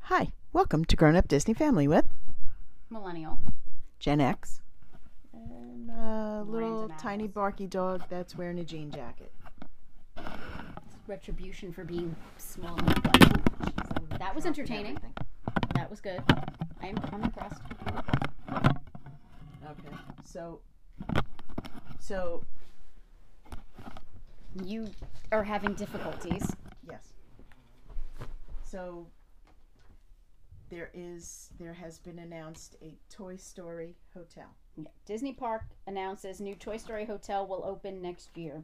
Hi, welcome to Grown Up Disney Family with Millennial. Gen X and a little Random tiny animals. barky dog that's wearing a jean jacket. Retribution for being small. and neglected. So that was entertaining. That was good. I'm, I'm impressed. Okay, so so You are having difficulties. yes, so there is there has been announced a Toy Story hotel. Disney Park announces new Toy Story Hotel will open next year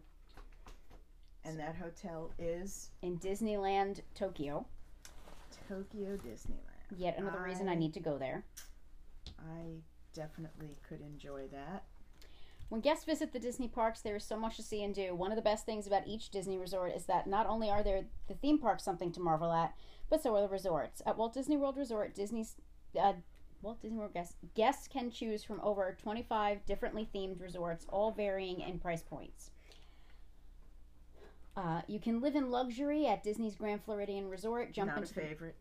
And that hotel is in Disneyland, Tokyo. Tokyo Disneyland. Yet another reason I Hi. need to go there. I definitely could enjoy that. When guests visit the Disney parks, there is so much to see and do. One of the best things about each Disney resort is that not only are there the theme parks something to marvel at, but so are the resorts. At Walt Disney World Resort, Disney's uh, Walt Disney World guests guests can choose from over 25 differently themed resorts, all varying in price points. Uh, you can live in luxury at Disney's Grand Floridian Resort. Jump Not a into favorite.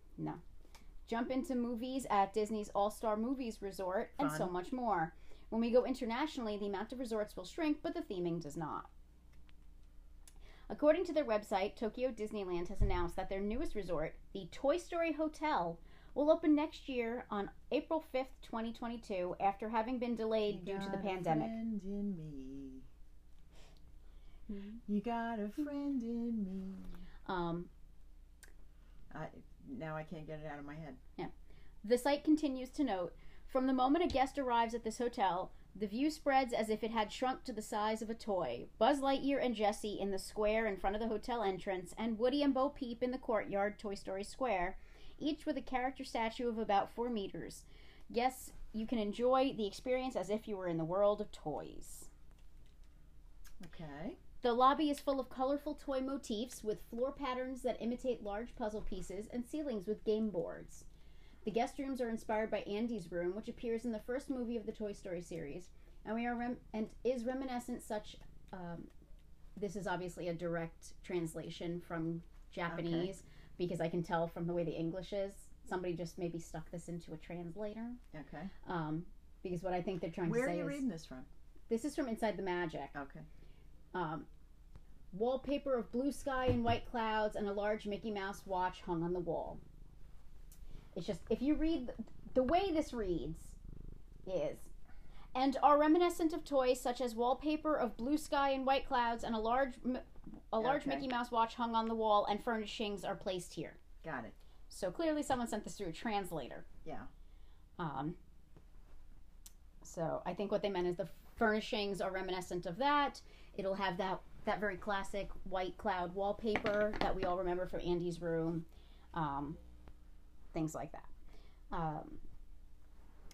jump into movies at Disney's All Star Movies Resort, and so Fun. much more. When we go internationally, the amount of resorts will shrink, but the theming does not. According to their website, Tokyo Disneyland has announced that their newest resort, the Toy Story Hotel, will open next year on April 5th, 2022, after having been delayed due to the Got a pandemic. friend in me. You got a friend in me. Um, I now I can't get it out of my head. The site continues to note From the moment a guest arrives at this hotel, the view spreads as if it had shrunk to the size of a toy. Buzz Lightyear and Jessie in the square in front of the hotel entrance, and Woody and Bo Peep in the courtyard, Toy Story Square, each with a character statue of about four meters. Yes, you can enjoy the experience as if you were in the world of toys. Okay. The lobby is full of colorful toy motifs with floor patterns that imitate large puzzle pieces and ceilings with game boards. The guest rooms are inspired by Andy's room, which appears in the first movie of the Toy Story series, and we are rem- and is reminiscent such. Um, this is obviously a direct translation from Japanese because I can tell from the way the English is. Somebody just maybe stuck this into a translator Okay. um, because what I think they're trying Where to are say you is reading this from? this is from Inside the Magic Okay. um, wallpaper of blue sky and white clouds and a large mickey mouse watch hung on the wall it's just if you read th- the way this reads is and are reminiscent of toys such as wallpaper of blue sky and white clouds and a large m- a large Okay. mickey mouse watch hung on the wall and furnishings are placed here Got it. so clearly someone sent this through a translator Yeah. um, so I think what they meant is the furnishings are reminiscent of that. It'll have that that very classic white cloud wallpaper that we all remember from Andy's room, um, things like that. Um,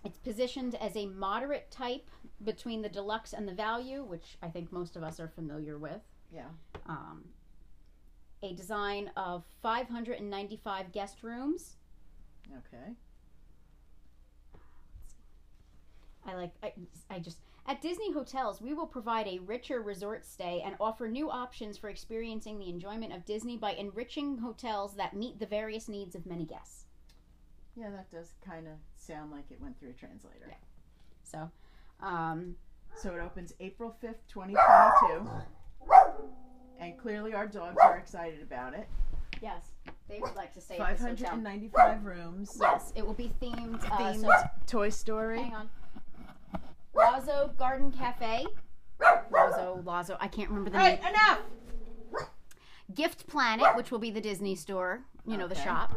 it's positioned as a moderate type between the deluxe and the value, which I think most of us are familiar with Yeah. um, a design of 595 guest rooms. Okay. I like. I, I just at Disney hotels, we will provide a richer resort stay and offer new options for experiencing the enjoyment of Disney by enriching hotels that meet the various needs of many guests. Yeah, that does kind of sound like it went through a translator. Yeah. So, um, So it opens April 5th, 2022. And clearly our dogs are excited about it. yes, they would like to stay at this hotel. 595 rooms. Yes, it will be themed. Uh, so, Themed Toy Story. hang on. Lazo Garden Cafe. Lazo, Lazo. I can't remember the name. Right, enough. Gift Planet, which will be the Disney store, you know, the Okay. shop.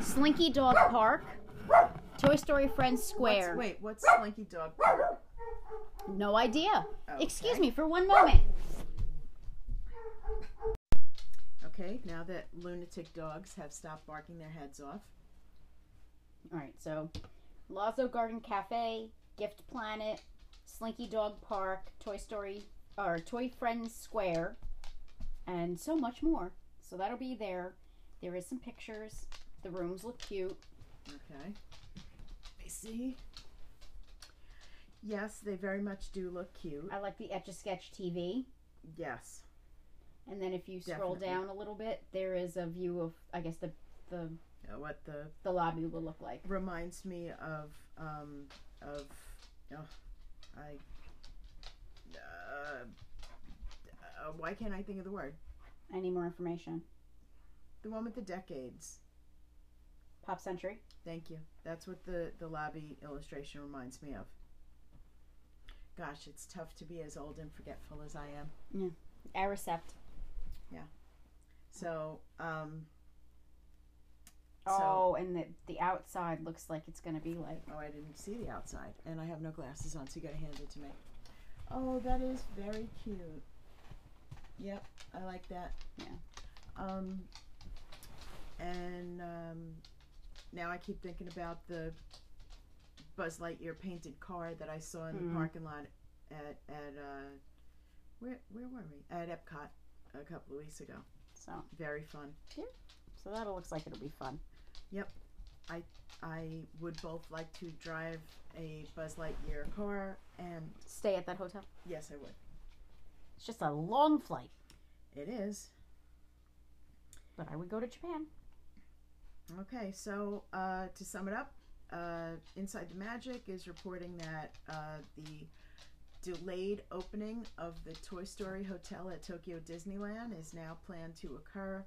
Slinky Dog Park. Toy Story Friends Square. Wait, what's Slinky Dog Park? No idea. Okay. Excuse me for one moment. Okay, now that lunatic dogs have stopped barking their heads off. All right, so Lazo Garden Cafe, Gift Planet, Slinky Dog Park, Toy Story or Toy Friends Square, and so much more. So that'll be there. There is some pictures. The rooms look cute. Okay. Let me see. Yes, they very much do look cute. I like the Etch a Sketch TV. Yes. And then if you scroll Definitely. down a little bit, there is a view of I guess the the uh, what the The lobby will look like. reminds me of um of oh, I uh, uh, why can't I think of the word? I need more information. The one with the decades. Pop Century. Thank you. That's what the the lobby illustration reminds me of. Gosh, it's tough to be as old and forgetful as I am. Aricept. So, um so, Oh, and the the outside looks like it's gonna be like oh, I didn't see the outside, and I have no glasses on, so you gotta hand it to me. Oh, that is very cute. Yep, I like that. Yeah. Um, and um, now I keep thinking about the Buzz Lightyear painted car that I saw in Mhm. the parking lot at at uh, where where were we at Epcot a couple of weeks ago. so. Very fun. So that looks like it'll be fun. I would both like to drive a Buzz Lightyear car, and Stay at that hotel. yes, I would. It's just a long flight, It is. but I would go to Japan. Okay, so uh, to sum it up, uh, Inside the Magic is reporting that uh, the delayed opening of the Toy Story Hotel at Tokyo Disneyland is now planned to occur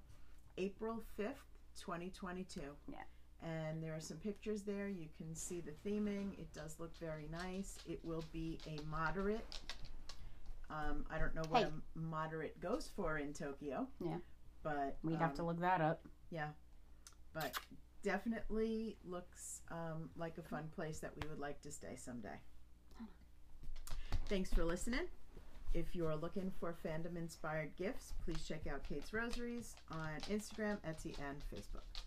April 5th, 2022. Yeah. And there are some pictures there. You can see the theming. It does look very nice. It will be a moderate. Um, I don't know what Hey. a moderate goes for in Tokyo. Yeah. But We'd have um, to look that up. but definitely looks um, like a fun place that we would like to stay someday. Thanks for listening. If you're looking for fandom inspired gifts, please check out Kate's Rosaries on Instagram, Etsy, and Facebook.